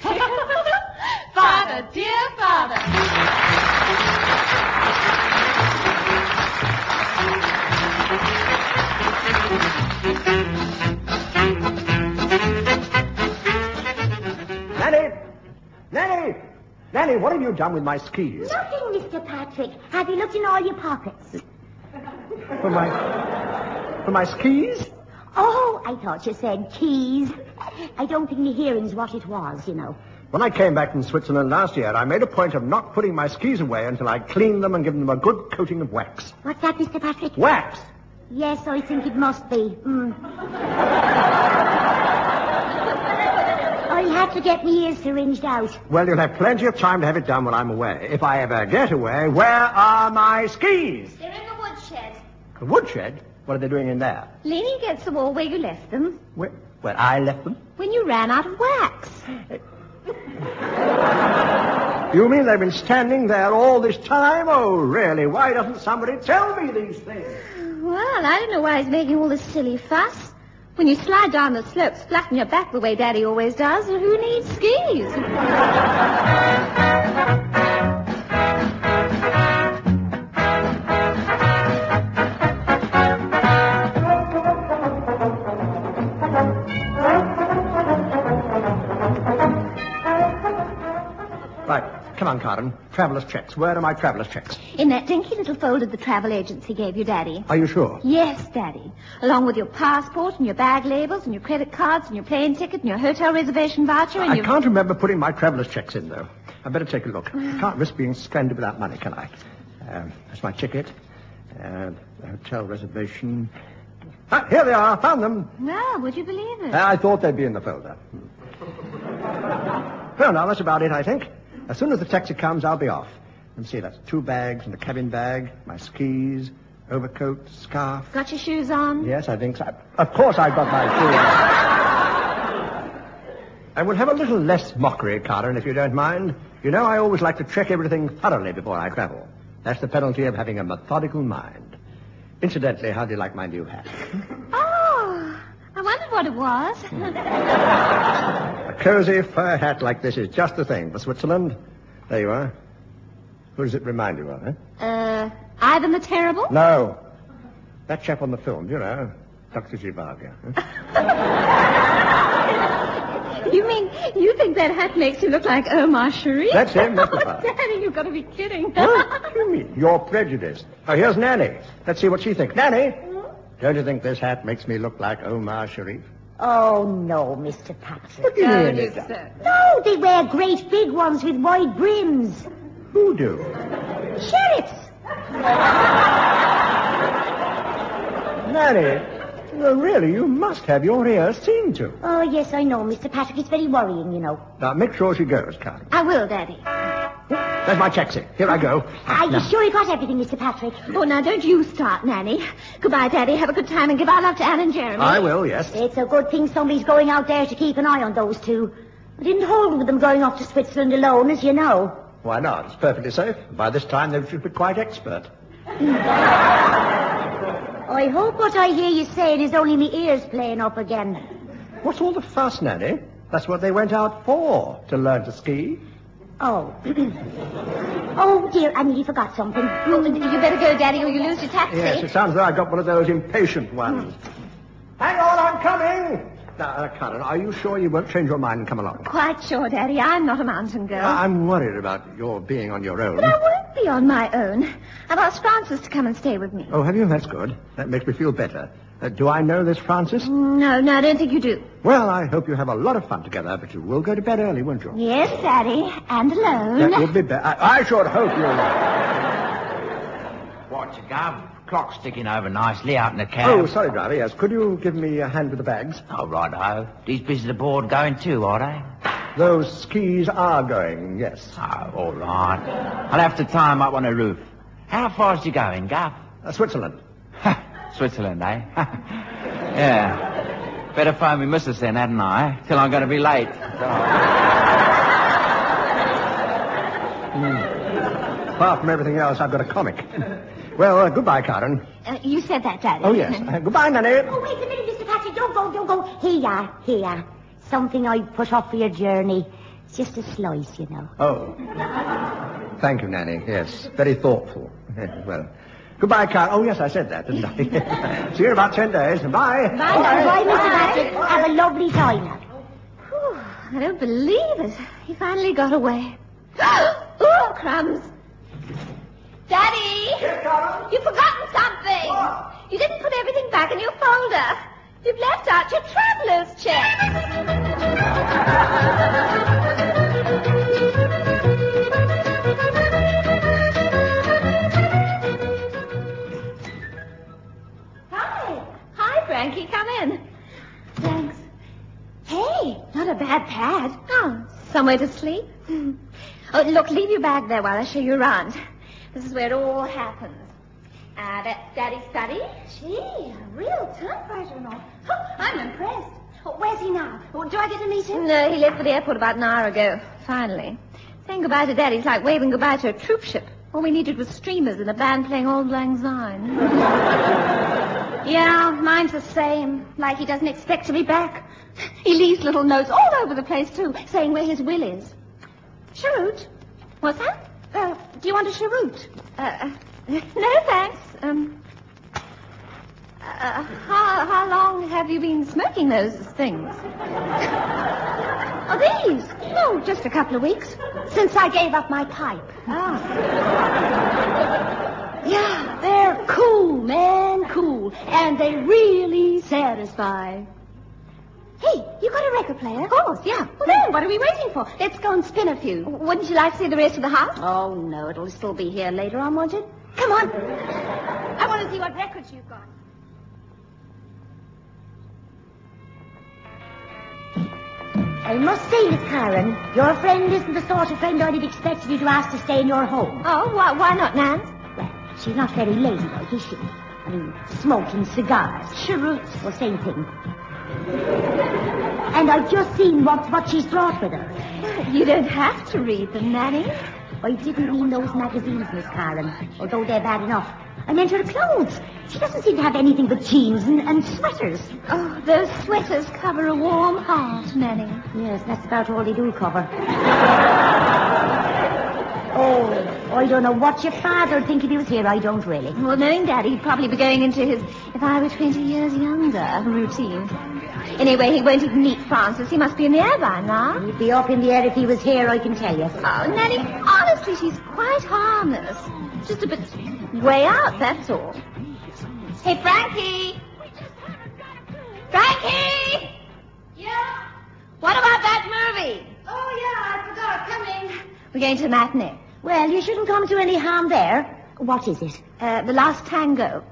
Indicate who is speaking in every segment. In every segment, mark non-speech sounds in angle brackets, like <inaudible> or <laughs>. Speaker 1: <laughs>
Speaker 2: Nanny! Nanny! Nanny, what have you done with my skis?
Speaker 1: Nothing, Mr. Patrick. Have you looked in all your pockets?
Speaker 2: For my... For my skis?
Speaker 1: Oh, I thought you said keys. I don't think the hearing's what it was, you know.
Speaker 2: When I came back from Switzerland last year, I made a point of not putting my skis away until I cleaned them and given them a good coating of wax.
Speaker 1: What's that, Mr. Patrick?
Speaker 2: Wax?
Speaker 1: Yes, I think it must be.
Speaker 3: <laughs>
Speaker 1: Mm. I'll have to get my ears syringed out.
Speaker 2: Well, you'll have plenty of time to have it done while I'm away. If I ever get away, where are my skis?
Speaker 3: They're in the woodshed.
Speaker 2: The woodshed? What are they doing in there?
Speaker 3: Leaning against the wall where you left them
Speaker 2: Where, where I left them?
Speaker 3: when you ran out of wax.
Speaker 2: You mean they've been standing there all this time? Oh, really? Why doesn't somebody tell me these things?
Speaker 3: Well, I don't know why he's making all this silly fuss. When you slide down the slopes, flatten your back the way Daddy always does, who needs skis?
Speaker 2: Right. Come on, Carden. Traveller's checks. Where are my traveller's checks?
Speaker 3: In that dinky little folder the travel agency gave you, Daddy.
Speaker 2: Are you sure?
Speaker 3: Yes, Daddy. Along with your passport and your bag labels and your credit cards and your plane ticket and your hotel reservation voucher and
Speaker 2: I
Speaker 3: your...
Speaker 2: can't remember putting my traveller's checks in, though. I'd better take a look. I can't risk being stranded without money, can I? Um, that's my ticket. Uh, hotel reservation. Ah, here they are. I found them. Uh,
Speaker 3: Well, would you believe it?
Speaker 2: I thought they'd be in the folder. Hmm. well, now, that's about it, I think. As soon as the taxi comes, I'll be off. Let me see, that's two bags and a cabin bag, my skis, overcoat, scarf.
Speaker 3: Got your shoes on?
Speaker 2: Yes, I think so. Of course I've got my shoes. I will have a little less mockery, Karen, if you don't mind. You know, I always like to check everything thoroughly before I travel. That's the penalty of having a methodical mind. Incidentally, how do you like my new hat?
Speaker 3: Oh, I wondered what it
Speaker 2: Hmm.
Speaker 3: was.
Speaker 2: A cozy fur hat like this is just the thing for Switzerland. There you are. Who does it remind you of, eh?
Speaker 3: uh, Ivan the Terrible?
Speaker 2: No. That chap on the film, you know, Dr. Zhivago. eh?
Speaker 3: You mean you think that hat makes you look like Omar Sharif?
Speaker 2: That's
Speaker 3: <laughs>
Speaker 2: him, that's the part.
Speaker 3: Daddy, you've got to be kidding. <laughs>
Speaker 2: <laughs> What do you mean? You're prejudiced. Oh, here's Nanny. Let's see what she thinks. Nanny,
Speaker 1: Hmm?
Speaker 2: don't you think this hat makes me look like Omar Sharif?
Speaker 1: Oh, no, Mr. Patrick.
Speaker 2: do you
Speaker 3: No,
Speaker 2: mean
Speaker 3: it
Speaker 2: it does?
Speaker 3: isn't.
Speaker 1: No, they wear great big ones with wide brims.
Speaker 2: Who do?
Speaker 1: Sheriffs.
Speaker 2: Nanny, no, really, you must have your ears seen to.
Speaker 1: Oh, yes, I know, Mr. Patrick. It's very worrying, you know.
Speaker 2: Now, make sure she goes, Carter.
Speaker 3: I will, Daddy.
Speaker 2: There's my taxi. Here I go.
Speaker 1: Are you sure you got everything, Mr. Patrick?
Speaker 3: Oh, now don't you start, Nanny. Goodbye, Daddy. Have a good time and give our love to Anne and Jeremy.
Speaker 2: I will, yes.
Speaker 1: It's a good thing somebody's going out there to keep an eye on those two. I didn't hold with them going off to Switzerland alone, as you know.
Speaker 2: Why not? It's perfectly safe. By this time, they should be quite expert.
Speaker 1: I hope what I hear you saying is only me ears playing up again.
Speaker 2: What's all the fuss, Nanny? That's what they went out for, to learn to ski.
Speaker 1: Oh. <clears throat> oh, dear, I nearly forgot something.
Speaker 3: Oh, you better go, Daddy, or you lose your taxi.
Speaker 2: Yes, it sounds as though I got one of those impatient ones. Hang on, I'm coming! Now, uh, Karen, are you sure you won't change your mind and come along?
Speaker 3: Quite sure, Daddy. I'm not a mountain girl.
Speaker 2: I- I'm worried about your being on your own.
Speaker 3: But I won't be on my own. I've asked Francis to come and stay with me.
Speaker 2: Oh, have you? That's good. That makes me feel better. Uh, do I know this, Francis?
Speaker 3: Mm, No, no, I don't think you do.
Speaker 2: Well, I hope you have a lot of fun together, but you will go to bed early, won't you?
Speaker 3: Yes, Daddy, and alone.
Speaker 2: That would be better. I, I should hope you will.
Speaker 4: What's a gum? Clock sticking over nicely out in the cab.
Speaker 2: Oh, sorry, driver, yes. Could you give me a hand with the bags?
Speaker 4: All right, ho. Oh, These bits of the board going too, are they?
Speaker 2: Those skis are going, yes.
Speaker 4: Oh, all right. I'll have to tie 'em up on the roof. How far's you going, Guff? <laughs>
Speaker 2: Uh, Switzerland.
Speaker 4: Switzerland, eh? <laughs> yeah. Better phone me missus then, hadn't I? Till I'm going to be late.
Speaker 2: Apart from everything else, I've got a comic. <laughs> well, uh, goodbye, Karen.
Speaker 3: Uh, you said that, Daddy.
Speaker 2: Oh, yes. Uh, goodbye, Nanny.
Speaker 1: Oh, wait a minute, Mr. Patrick. Don't go, don't go. Here, you are, here. you are. Something I put off for your journey. It's just a slice, you know.
Speaker 2: Oh. Thank you, Nanny. Yes. Very thoughtful. well, goodbye, Karen. Oh, yes, I said that, didn't I? <laughs> See you in about ten days. Bye.
Speaker 1: Bye, Mr. Patrick. Have a lovely time.
Speaker 3: Whew, I don't believe it. He finally got away. <gasps> oh, crumbs. Daddy! You've forgotten something. You didn't put everything back in your folder. You've left out your traveler's check. Hi. Hi, Frankie. Come in. Thanks. Hey, not a bad pad. Oh, somewhere to sleep? oh, look, leave your bag there while I show you around. This is where it all happens. Ah, that's Daddy's study. Gee, a real typewriter and all. Oh, I'm impressed. Oh, where's he now? Oh, do I get to meet him? No, he left for the airport about an hour ago, finally. Saying goodbye to Daddy's like waving goodbye to a troopship. All we needed was streamers and a band playing Auld Lang Syne. Yeah, mine's the same. Like he doesn't expect to be back. He leaves little notes all over the place, too, saying where his will is. Cheroot? What's that? Uh, do you want a cheroot? Uh, <laughs> no, thanks. Um, uh, how, how long have you been smoking those things? <laughs> oh, these? No, just a couple of weeks.
Speaker 1: Since I gave up my pipe.
Speaker 3: Ah.
Speaker 1: Yeah, they're cool, man, cool. And they really satisfy.
Speaker 3: Hey, you got a record player? Of course, yeah. Well, then, what are we waiting for? Let's go and spin a few. Wouldn't you like to see the rest of the house?
Speaker 1: Oh, no, it'll still be here later on, won't it?
Speaker 3: Come on. I want to see what records you've got.
Speaker 1: I must say, Miss Karen, your friend isn't the sort of friend I'd have expected you to ask to stay in your home.
Speaker 3: Oh, why, why not, Nan?
Speaker 1: Well, she's not very ladylike, is she? I mean, smoking cigars. Cheroots. Well, same thing. and I've just seen what, what she's brought with her.
Speaker 3: You don't have to read them, Nanny.
Speaker 1: I didn't mean those magazines, Miss Karen, although they're bad enough. I meant her clothes. She doesn't seem to have anything but jeans and, and sweaters.
Speaker 3: Oh, those sweaters cover a warm heart, Nanny.
Speaker 1: Yes, that's about all they do cover. oh, I don't know what your father would think if he was here. I don't really.
Speaker 3: Well, knowing Daddy, he'd probably be going into his if I were 20 years younger routine. Anyway, he won't even meet Francis. He must be in the air by now.
Speaker 1: He'd be up in the air if he was here, I can tell you.
Speaker 3: Oh, Nanny, honestly, she's quite harmless. Just a bit way out, that's all. Hey, Frankie! Frankie! Yeah? What about that movie? Oh, yeah, I forgot. Coming. We're going to the matinee.
Speaker 1: Well, you shouldn't come to any harm there. What is it?
Speaker 3: Uh, the Last Tango.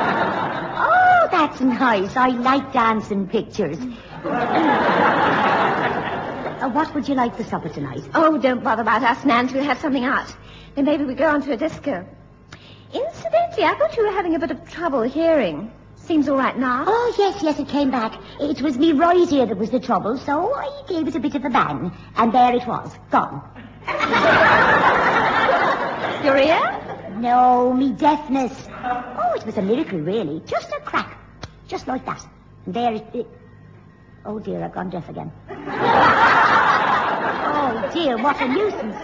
Speaker 1: Oh, that's nice. I like dancing pictures. Uh, what would you like for supper tonight?
Speaker 3: Oh, don't bother about us, Nance. We'll have something out. Then maybe we go on to a disco. Incidentally, I thought you were having a bit of trouble hearing. Seems all right now.
Speaker 1: Oh, yes, yes, it came back. It was me right ear that was the trouble, so I gave it a bit of a bang. And there it was, gone.
Speaker 3: Your ear?
Speaker 1: No, me deafness. Oh, it was a miracle, really. Just a crack. Just like that. And there it... it... Oh, dear, I've gone deaf again. oh, dear, what a nuisance.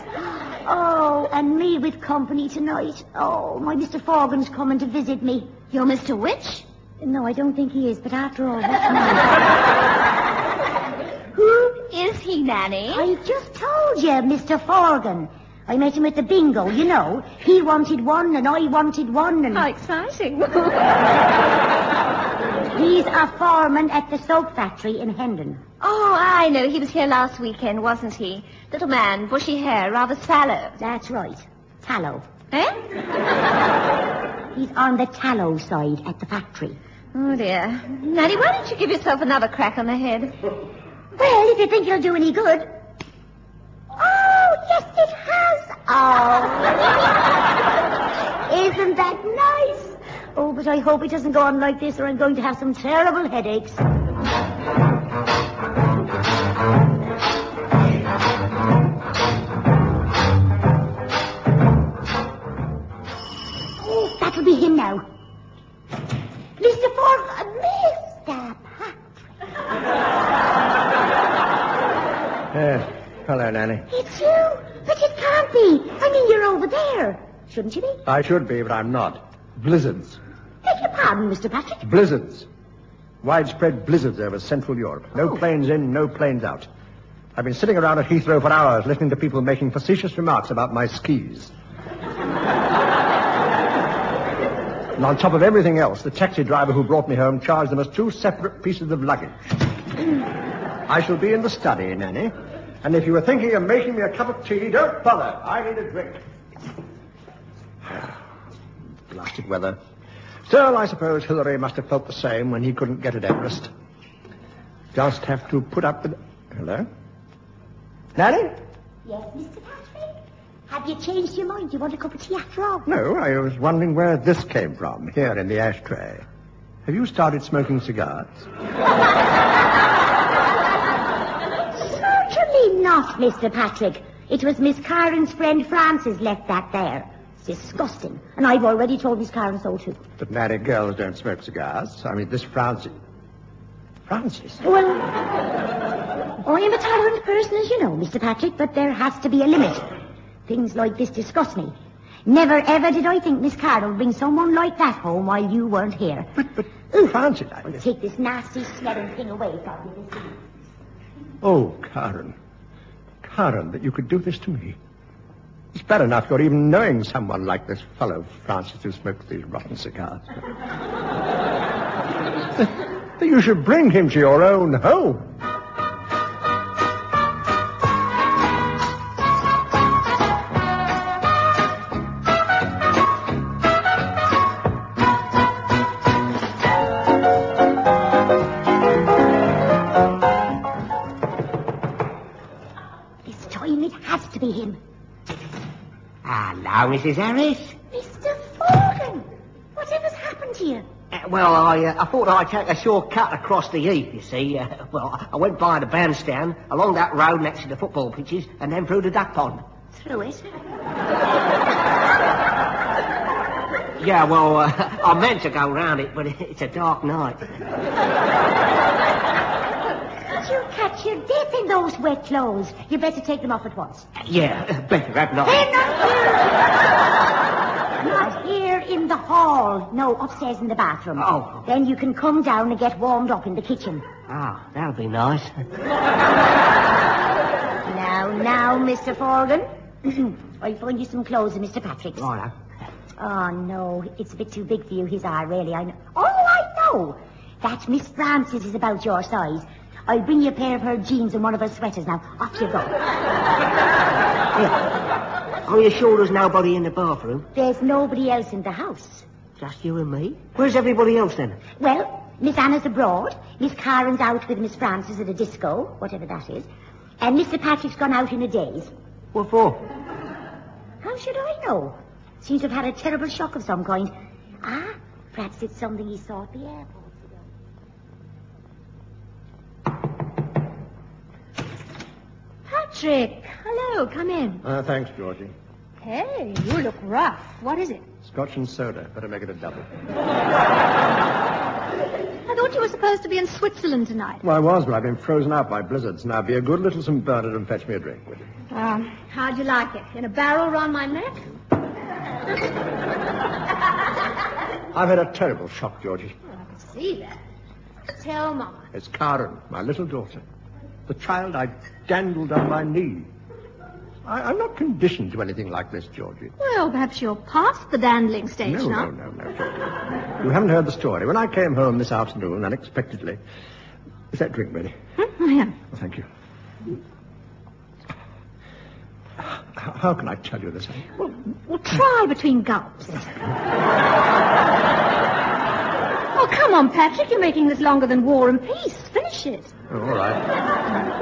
Speaker 1: Oh, and me with company tonight. Oh, my Mr. Forgan's coming to visit me.
Speaker 3: You're Mr. Witch?
Speaker 1: No, I don't think he is, but after all, what's the matter?
Speaker 3: Who is he, Nanny?
Speaker 1: I just told you, Mr. Forgan. I met him at the bingo, you know. He wanted one and I wanted one and
Speaker 3: How exciting. <laughs>
Speaker 1: he's a foreman at the soap factory in Hendon.
Speaker 3: oh, I know. He was here last weekend, wasn't he? Little man, bushy hair, rather sallow.
Speaker 1: That's right. Tallow.
Speaker 3: Eh?
Speaker 1: He's on the tallow side at the factory.
Speaker 3: Oh, dear. Nanny, why don't you give yourself another crack on the head?
Speaker 1: Well, if you think it'll do any good. Oh, yes, it has. Oh. Isn't that nice? Oh, but I hope it doesn't go on like this or I'm going to have some terrible headaches. Oh, that'll be him now. Mr. Fork, Mr. Pat.
Speaker 2: Uh, hello, Nanny.
Speaker 1: It's you, but it can't be. I mean, you're over there. Shouldn't you be?
Speaker 2: I should be, but I'm not. Blizzards.
Speaker 1: Beg your pardon, Mr. Patrick.
Speaker 2: Blizzards. Widespread blizzards over Central Europe. No planes in, no planes out. I've been sitting around at Heathrow for hours listening to people making facetious remarks about my skis. <laughs> and on top of everything else, the taxi driver who brought me home charged them as two separate pieces of luggage. I shall be in the study, Nanny. And if you were thinking of making me a cup of tea, don't bother. I need a drink. <sighs> Blasted weather. Still, I suppose Hilary must have felt the same when he couldn't get at Everest. Just have to put up with. Hello? Nanny?
Speaker 1: Yes, Mr. Patrick? Have you changed your mind? Do you want a cup of tea after all?
Speaker 2: No, I was wondering where this came from, here in the ashtray. Have you started smoking cigars?
Speaker 1: Certainly not, Mr. Patrick. It was Miss Kyron's friend Frances left that there. It's disgusting. And I've already told Miss Kyron so too.
Speaker 2: But married girls don't smoke cigars. I mean, this Francis. Francis?
Speaker 1: Well, I am a tolerant person, as you know, Mr. Patrick, but there has to be a limit. Things like this disgust me. Never ever did I think Miss Carroll would bring someone like that home while you weren't here.
Speaker 2: But, but,
Speaker 1: Ooh.
Speaker 2: Francis, I...
Speaker 1: I'll take this nasty smelling thing away from you this evening.
Speaker 2: Oh, Karen. Karen, that you could do this to me. It's bad enough you're even knowing someone like this fellow, Francis, who smokes these rotten cigars. That you should bring him to your own home.
Speaker 1: This time it has to be him.
Speaker 5: Ah,
Speaker 4: Hello, Mrs. Harris.
Speaker 1: Mr. Forgan, whatever's happened to you?
Speaker 5: Uh, Well, I, uh, I thought I'd take a shortcut across the heath, you see. Uh, <laughs> well, I went by the bandstand, along that road next to the football pitches, and then through the duck pond.
Speaker 1: Through it.
Speaker 5: Yeah, well, uh, <laughs> I meant to go round it, but <laughs> it's a dark night.
Speaker 1: Did you catch your death in those wet clothes? You better take them off at once.
Speaker 5: Yeah, <laughs> better have
Speaker 1: Hey,
Speaker 5: not.
Speaker 1: not here! Not here in the hall. No, upstairs in the bathroom.
Speaker 5: Oh.
Speaker 1: Then you can come down and get warmed up in the kitchen.
Speaker 5: Ah, that'll be nice.
Speaker 1: Now, now, Mr. <clears throat> Forgan. I'll find you some clothes in Mr. Patrick's.
Speaker 5: Righto.
Speaker 1: Oh, no. It's a bit too big for you, his eye, really. I know. Oh, I know. That Miss Frances is about your size. I'll bring you a pair of her jeans and one of her sweaters now. Off you go.
Speaker 5: Are you sure there's nobody in the bathroom?
Speaker 1: There's nobody else in the house.
Speaker 5: Just you and me? Where's everybody else then?
Speaker 1: Well, Miss Anna's abroad. Miss Karen's out with Miss Frances at a disco, whatever that is. And Mr. Patrick's gone out in a daze.
Speaker 5: What for?
Speaker 1: How should I know? Seems to have had a terrible shock of some kind. Ah, perhaps it's something he saw at the airport.
Speaker 3: Patrick, hello, come in.
Speaker 2: Uh, thanks, Georgie.
Speaker 3: Hey, you look rough. What is it?
Speaker 2: Scotch and soda. Better make it a double.
Speaker 3: I thought you were supposed to be in Switzerland tonight.
Speaker 2: Well, I was, but I've been frozen out by blizzards. Now, be a good little St. Bernard and fetch me a drink, would you?
Speaker 3: Um, how'd you like it? In a barrel round my neck?
Speaker 2: I've had a terrible shock, Georgie.
Speaker 3: I can see that. Tell Mama.
Speaker 2: It's Karen, my little daughter. The child I dandled on my knee. I, I'm not conditioned to anything like this, Georgie.
Speaker 3: Well, perhaps you're past the dandling stage
Speaker 2: No,
Speaker 3: now.
Speaker 2: no, no, no, Georgie. You haven't heard the story. When I came home this afternoon, unexpectedly. Is that drink ready?
Speaker 3: Hmm? Here.
Speaker 2: Oh, thank you. H- How can I tell you this?
Speaker 3: Well, try between gulps. oh, come on, Patrick. You're making this longer than War and Peace. Finish it.
Speaker 2: Oh, all right.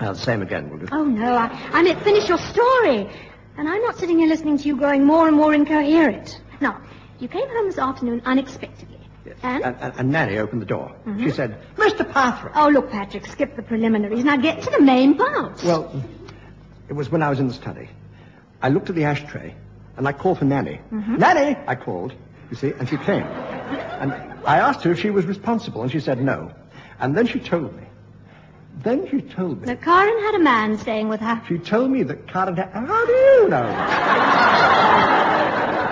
Speaker 2: Uh, same again, will you?
Speaker 3: Oh, no. I, I meant finish your story. And I'm not sitting here listening to you growing more and more incoherent. Now, you came home this afternoon unexpectedly. And?
Speaker 2: And, and, and Nanny opened the door. She said, Mr. Pathrick.
Speaker 3: Oh, look, Patrick, skip the preliminaries. Now get to the main part.
Speaker 2: Well, it was when I was in the study. I looked at the ashtray, and I called for Nanny. Nanny! I called, you see, and she came. And I asked her if she was responsible, and she said no. And then she told me. Then she told me.
Speaker 3: That Karen had a man staying with her.
Speaker 2: She told me that Karen had... How do you know?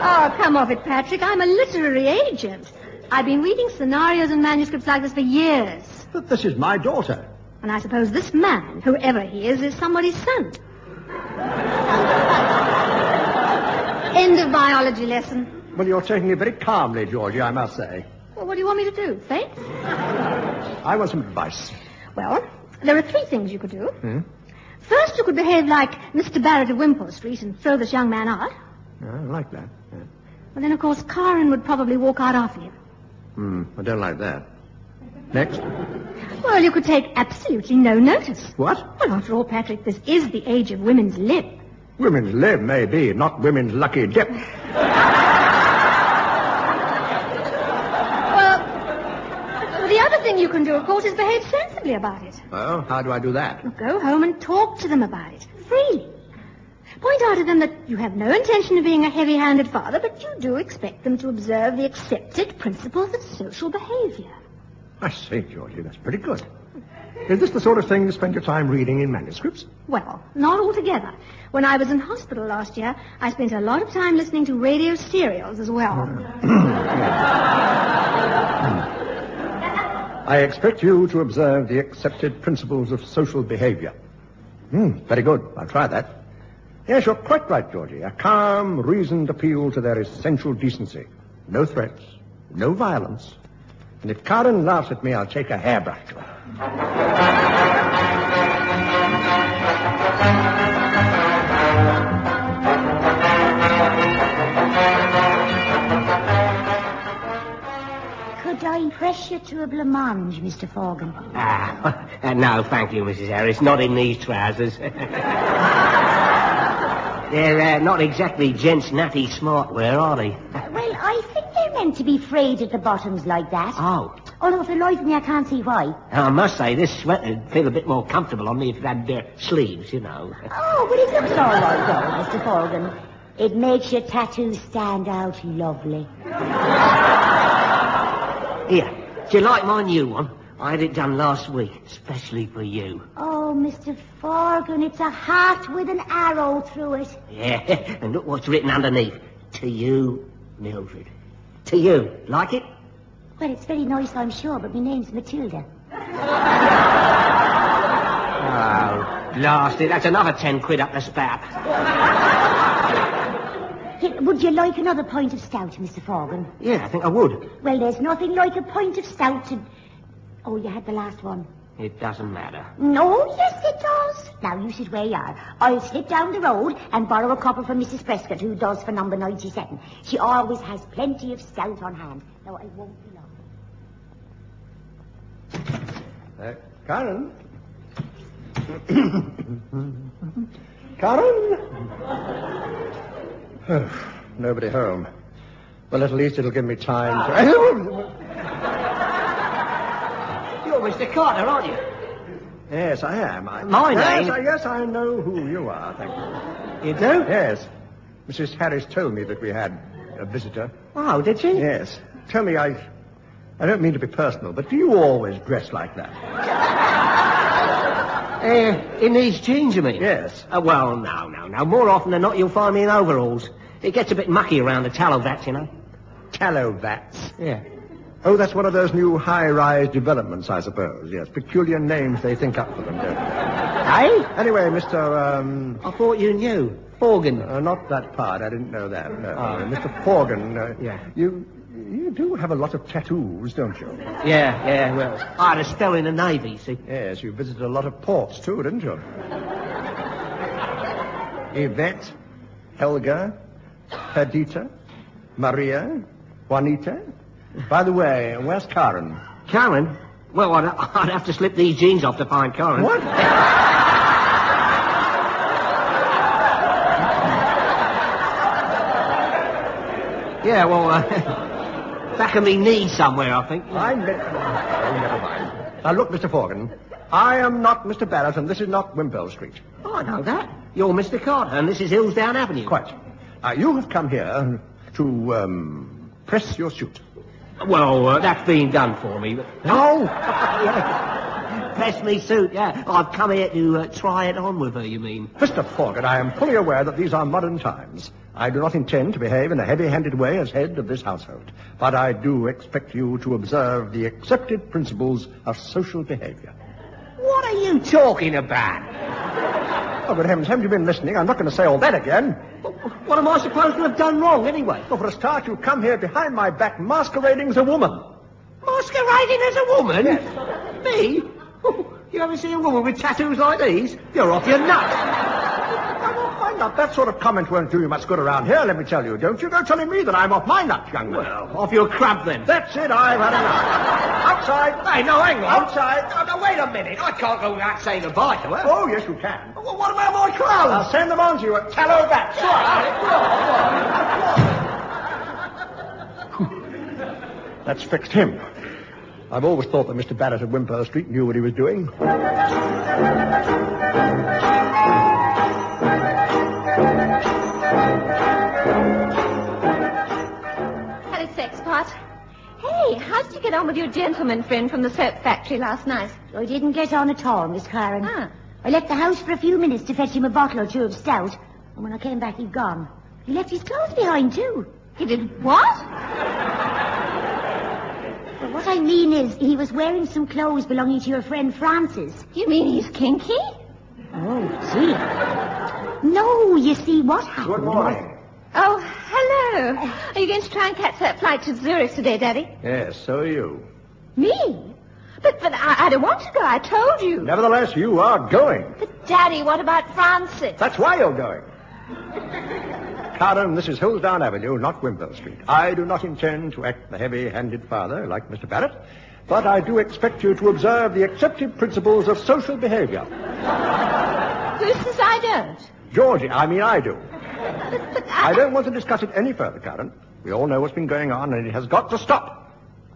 Speaker 3: Oh, come off it, Patrick. I'm a literary agent. I've been reading scenarios and manuscripts like this for years.
Speaker 2: But this is my daughter.
Speaker 3: And I suppose this man, whoever he is, is somebody's son. End of biology lesson.
Speaker 2: Well, you're taking it very calmly, Georgie, I must say.
Speaker 3: Well, what do you want me to do? Faint?
Speaker 2: I want some advice.
Speaker 3: Well, there are three things you could do. First, you could behave like Mr. Barrett of Wimpole Street and throw this young man out.
Speaker 2: Oh, I don't like that. Yeah.
Speaker 3: Well, then, of course, Karen would probably walk out after you.
Speaker 2: Hmm, I don't like that. Next.
Speaker 3: Well, you could take absolutely no notice.
Speaker 2: What?
Speaker 3: Well, after all, Patrick, this is the age of women's lip.
Speaker 2: Women's lib, maybe, not women's lucky dip.
Speaker 3: Well, the other thing you can do, of course, is behave sensibly about it.
Speaker 2: Well, how do I do that?
Speaker 3: Go home and talk to them about it, freely. Point out to them that you have no intention of being a heavy-handed father, but you do expect them to observe the accepted principles of social behavior.
Speaker 2: I say, Georgie, that's pretty good. Is this the sort of thing you spend your time reading in manuscripts?
Speaker 3: Well, not altogether. When I was in hospital last year, I spent a lot of time listening to radio serials as well.
Speaker 2: I expect you to observe the accepted principles of social behavior. Hmm, very good. I'll try that. Yes, you're quite right, Georgie. A calm, reasoned appeal to their essential decency. No threats, no violence. And if Karen laughs at me, I'll take a hairbrush to her.
Speaker 1: Could I press you to a blancmange, Mr. Forgan?
Speaker 5: Ah, <laughs> uh, no, thank you, Mrs. Harris. Not in these trousers. <laughs> They're uh, not exactly gents' natty smart wear, are they? <laughs>
Speaker 1: Well, I think they're meant to be frayed at the bottoms like that.
Speaker 5: Oh,
Speaker 1: Although, for the life of me, I can't see why.
Speaker 5: I must say, this sweater'd feel a bit more comfortable on me if it had uh, sleeves, you know. <laughs>
Speaker 1: Oh, but it looks all right, though, Mr. Forgan. It makes your tattoo stand out lovely.
Speaker 5: Here, do you like my new one? I had it done last week, especially for you.
Speaker 1: Oh, Mr. Forgan, it's a heart with an arrow through it.
Speaker 5: Yeah, <laughs> and look what's written underneath. To you, Mildred. To you. Like it?
Speaker 1: Well, it's very nice, I'm sure, but my name's Matilda.
Speaker 5: Oh, blast it. That's another ten quid up the spout.
Speaker 1: Here, Would you like another pint of stout, Mr. Forgan?
Speaker 5: Yeah, I think I would.
Speaker 1: Well, there's nothing like a pint of stout to... Oh, you had the last one.
Speaker 5: It doesn't matter.
Speaker 1: No, yes, it does. Now, you sit where you are. I'll slip down the road and borrow a copper from Mrs. Prescott, who does for number 97. She always has plenty of stout on hand. No, I won't be long.
Speaker 2: Uh, Karen? Karen? <sighs> Nobody home. Well, at least it'll give me time to...
Speaker 5: You're Mr. Carter, aren't you?
Speaker 2: <laughs> yes, I am. I...
Speaker 5: My
Speaker 2: yes,
Speaker 5: name-
Speaker 2: I, yes, I know who you are, thank you.
Speaker 5: You do?
Speaker 2: Yes. Mrs. Harris told me that we had a visitor.
Speaker 5: Oh, did you?
Speaker 2: Yes. Tell me, I... I don't mean to be personal, but do you always dress like that?
Speaker 5: Uh, in these jeans, you mean?
Speaker 2: Yes.
Speaker 5: Uh, well, no, no, no. More often than not, you'll find me in overalls. It gets a bit mucky around the tallow vats, you know.
Speaker 2: Tallow vats.
Speaker 5: Yeah.
Speaker 2: Oh, that's one of those new high-rise developments, I suppose. Yes, peculiar names they think up for them, don't they?
Speaker 5: Hey?
Speaker 2: Anyway, Mr. Um,
Speaker 5: I thought you knew. Forgan.
Speaker 2: uh, not that part. I didn't know that. No. Uh, Mr. Forgan. Uh,
Speaker 5: Yeah.
Speaker 2: You you do have a lot of tattoos, don't you?
Speaker 5: yeah, yeah, well. I had a spell in the Navy, see.
Speaker 2: Yes, you visited a lot of ports too, didn't you? Yvette, Helga, Perdita, Maria, Juanita. By the way, where's Karen?
Speaker 5: Karen? Well, I'd, I'd have to slip these jeans off to find Karen.
Speaker 2: What?
Speaker 5: Yeah, well, uh, <laughs> back of me knee somewhere, I think.
Speaker 2: I met. Oh, never mind. Now look, Mr. Forgan. I am not Mr. Barrett, and this is not Wimpole Street.
Speaker 5: Oh, I know that. You're Mr. Carter, and this is Hillsdown Avenue.
Speaker 2: Quite. Uh, you have come here to um, press your suit.
Speaker 5: Well, uh, that's been done for me.
Speaker 2: No.
Speaker 5: Yeah. Press me suit, yeah. I've come here to uh, try it on with her, you mean?
Speaker 2: Mr. Forgan, I am fully aware that these are modern times. I do not intend to behave in a heavy-handed way as head of this household, but I do expect you to observe the accepted principles of social behavior.
Speaker 5: What are you talking about?
Speaker 2: Oh, good heavens, haven't you been listening? I'm not going to say all that again.
Speaker 5: What am I supposed to have done wrong anyway?
Speaker 2: Well, for a start, you come here behind my back masquerading as a woman.
Speaker 5: Masquerading as a woman? Me? Oh, You ever see a woman with tattoos like these? You're off your nut.
Speaker 2: My nut, that sort of comment won't do you much good around here, let me tell you. Don't you go telling me that I'm off my nut, young man.
Speaker 5: Well, off your crab then.
Speaker 2: That's it, I've had enough. Outside.
Speaker 5: Hey, no, hang on.
Speaker 2: Outside.
Speaker 5: No, no, wait a minute. I can't go without saying goodbye to her.
Speaker 2: Oh, yes, you can.
Speaker 5: Well, what about my clothes?
Speaker 2: I'll send them on to you at Tallow Bat. That's fixed him. I've always thought that Mr. Barrett of Wimpole Street knew what he was doing.
Speaker 3: Hello, Sexpot. Hey, how did you get on with your gentleman friend from the soap factory last night?
Speaker 1: I didn't get on at all, Miss Claren.
Speaker 3: Ah.
Speaker 1: I left the house for a few minutes to fetch him a bottle or two of stout, and when I came back, he'd gone. He left his clothes behind, too.
Speaker 3: He did what?
Speaker 1: But what I mean is, he was wearing some clothes belonging to your friend Francis.
Speaker 3: You mean he's kinky?
Speaker 1: Oh, gee. No, you see what happened.
Speaker 2: Good morning.
Speaker 3: Oh, hello. Are you going to try and catch that flight to Zurich today, Daddy?
Speaker 2: Yes, so are you.
Speaker 3: Me? But but I, I don't want to go. I told you.
Speaker 2: Nevertheless, you are going.
Speaker 3: But Daddy, what about Francis?
Speaker 2: That's why you're going. Carden, this is Hillsdown Avenue, not Wimpole Street. I do not intend to act the heavy-handed father like Mr. Barrett, but I do expect you to observe the accepted principles of social behavior.
Speaker 3: Who says I don't?
Speaker 2: Georgie, I mean I do.
Speaker 3: But, but
Speaker 2: I
Speaker 3: I,
Speaker 2: don't want to discuss it any further, Karen. We all know what's been going on, and it has got to stop.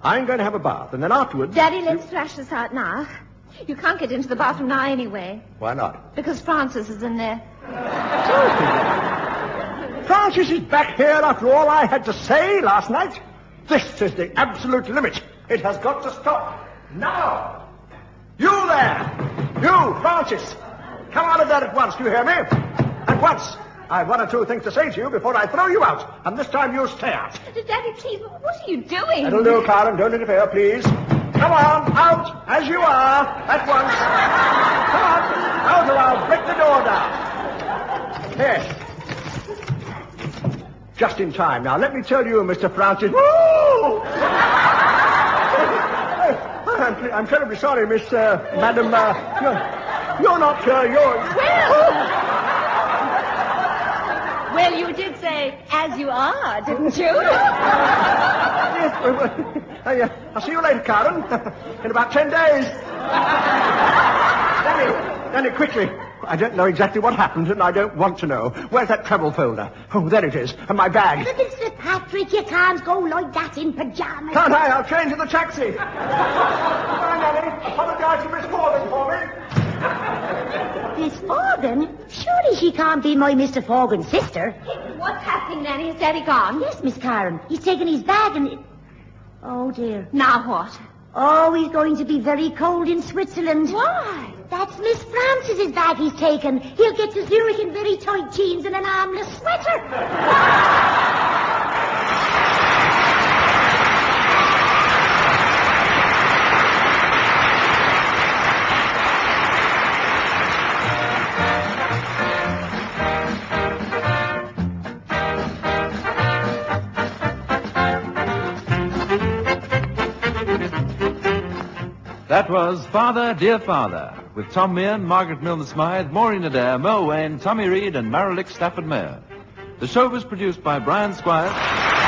Speaker 2: I'm going to have a bath, and then afterwards...
Speaker 3: Daddy, let's thrash this out now. You can't get into the bathroom now anyway,
Speaker 2: Why not?
Speaker 3: because Francis is in there.
Speaker 2: Francis is back here after all I had to say last night. This is the absolute limit. It has got to stop. Now! You there! You, Francis! Come out of there at once, do you hear me? At once! I've one or two things to say to you before I throw you out, and this time you stay out.
Speaker 3: Daddy, please, what are you doing?
Speaker 2: That'll do, Karen. Don't interfere, please. Come on, out, as you are, at once. Come on, out or I'll break the door down. Yes. Just in time. Now, let me tell you, Mr. Francis. Woo! Hey, I'm, I'm terribly sorry, Miss, uh, Madam, uh, you're, you're not, uh, you're...
Speaker 3: Well, <laughs> well, you did say, as you are, didn't you?
Speaker 2: Yes, well, well, <laughs> I, uh, I'll see you later, Karen. <laughs> In about ten days. Danny, Danny, quickly. I don't know exactly what happened, and I don't want to know. Where's that travel folder? Oh, there it is. And my bag.
Speaker 1: But Mr. Patrick, you can't go like that in pajamas.
Speaker 2: Can't I? I'll change in the taxi. Goodbye, Nanny. Apologize to Miss Morgan for me.
Speaker 1: Miss Morgan? Surely she can't be my Mr. Forgan's sister.
Speaker 3: What's happening, Nanny? Is Daddy gone?
Speaker 1: Yes, Miss Karen. He's taken his bag and... Oh, dear.
Speaker 3: Now what?
Speaker 1: Oh, he's going to be very cold in Switzerland.
Speaker 3: Why?
Speaker 1: That's Miss Francis's bag he's taken. He'll get to Zurich in very tight jeans and an armless sweater.
Speaker 4: That was Father, Dear Father, with Tom Meehan, Margaret Milner Smythe, Maureen Adair, Merle Wayne, Tommy Reed, and Marilyn Stafford Mayer. The show was produced by Brian Squires.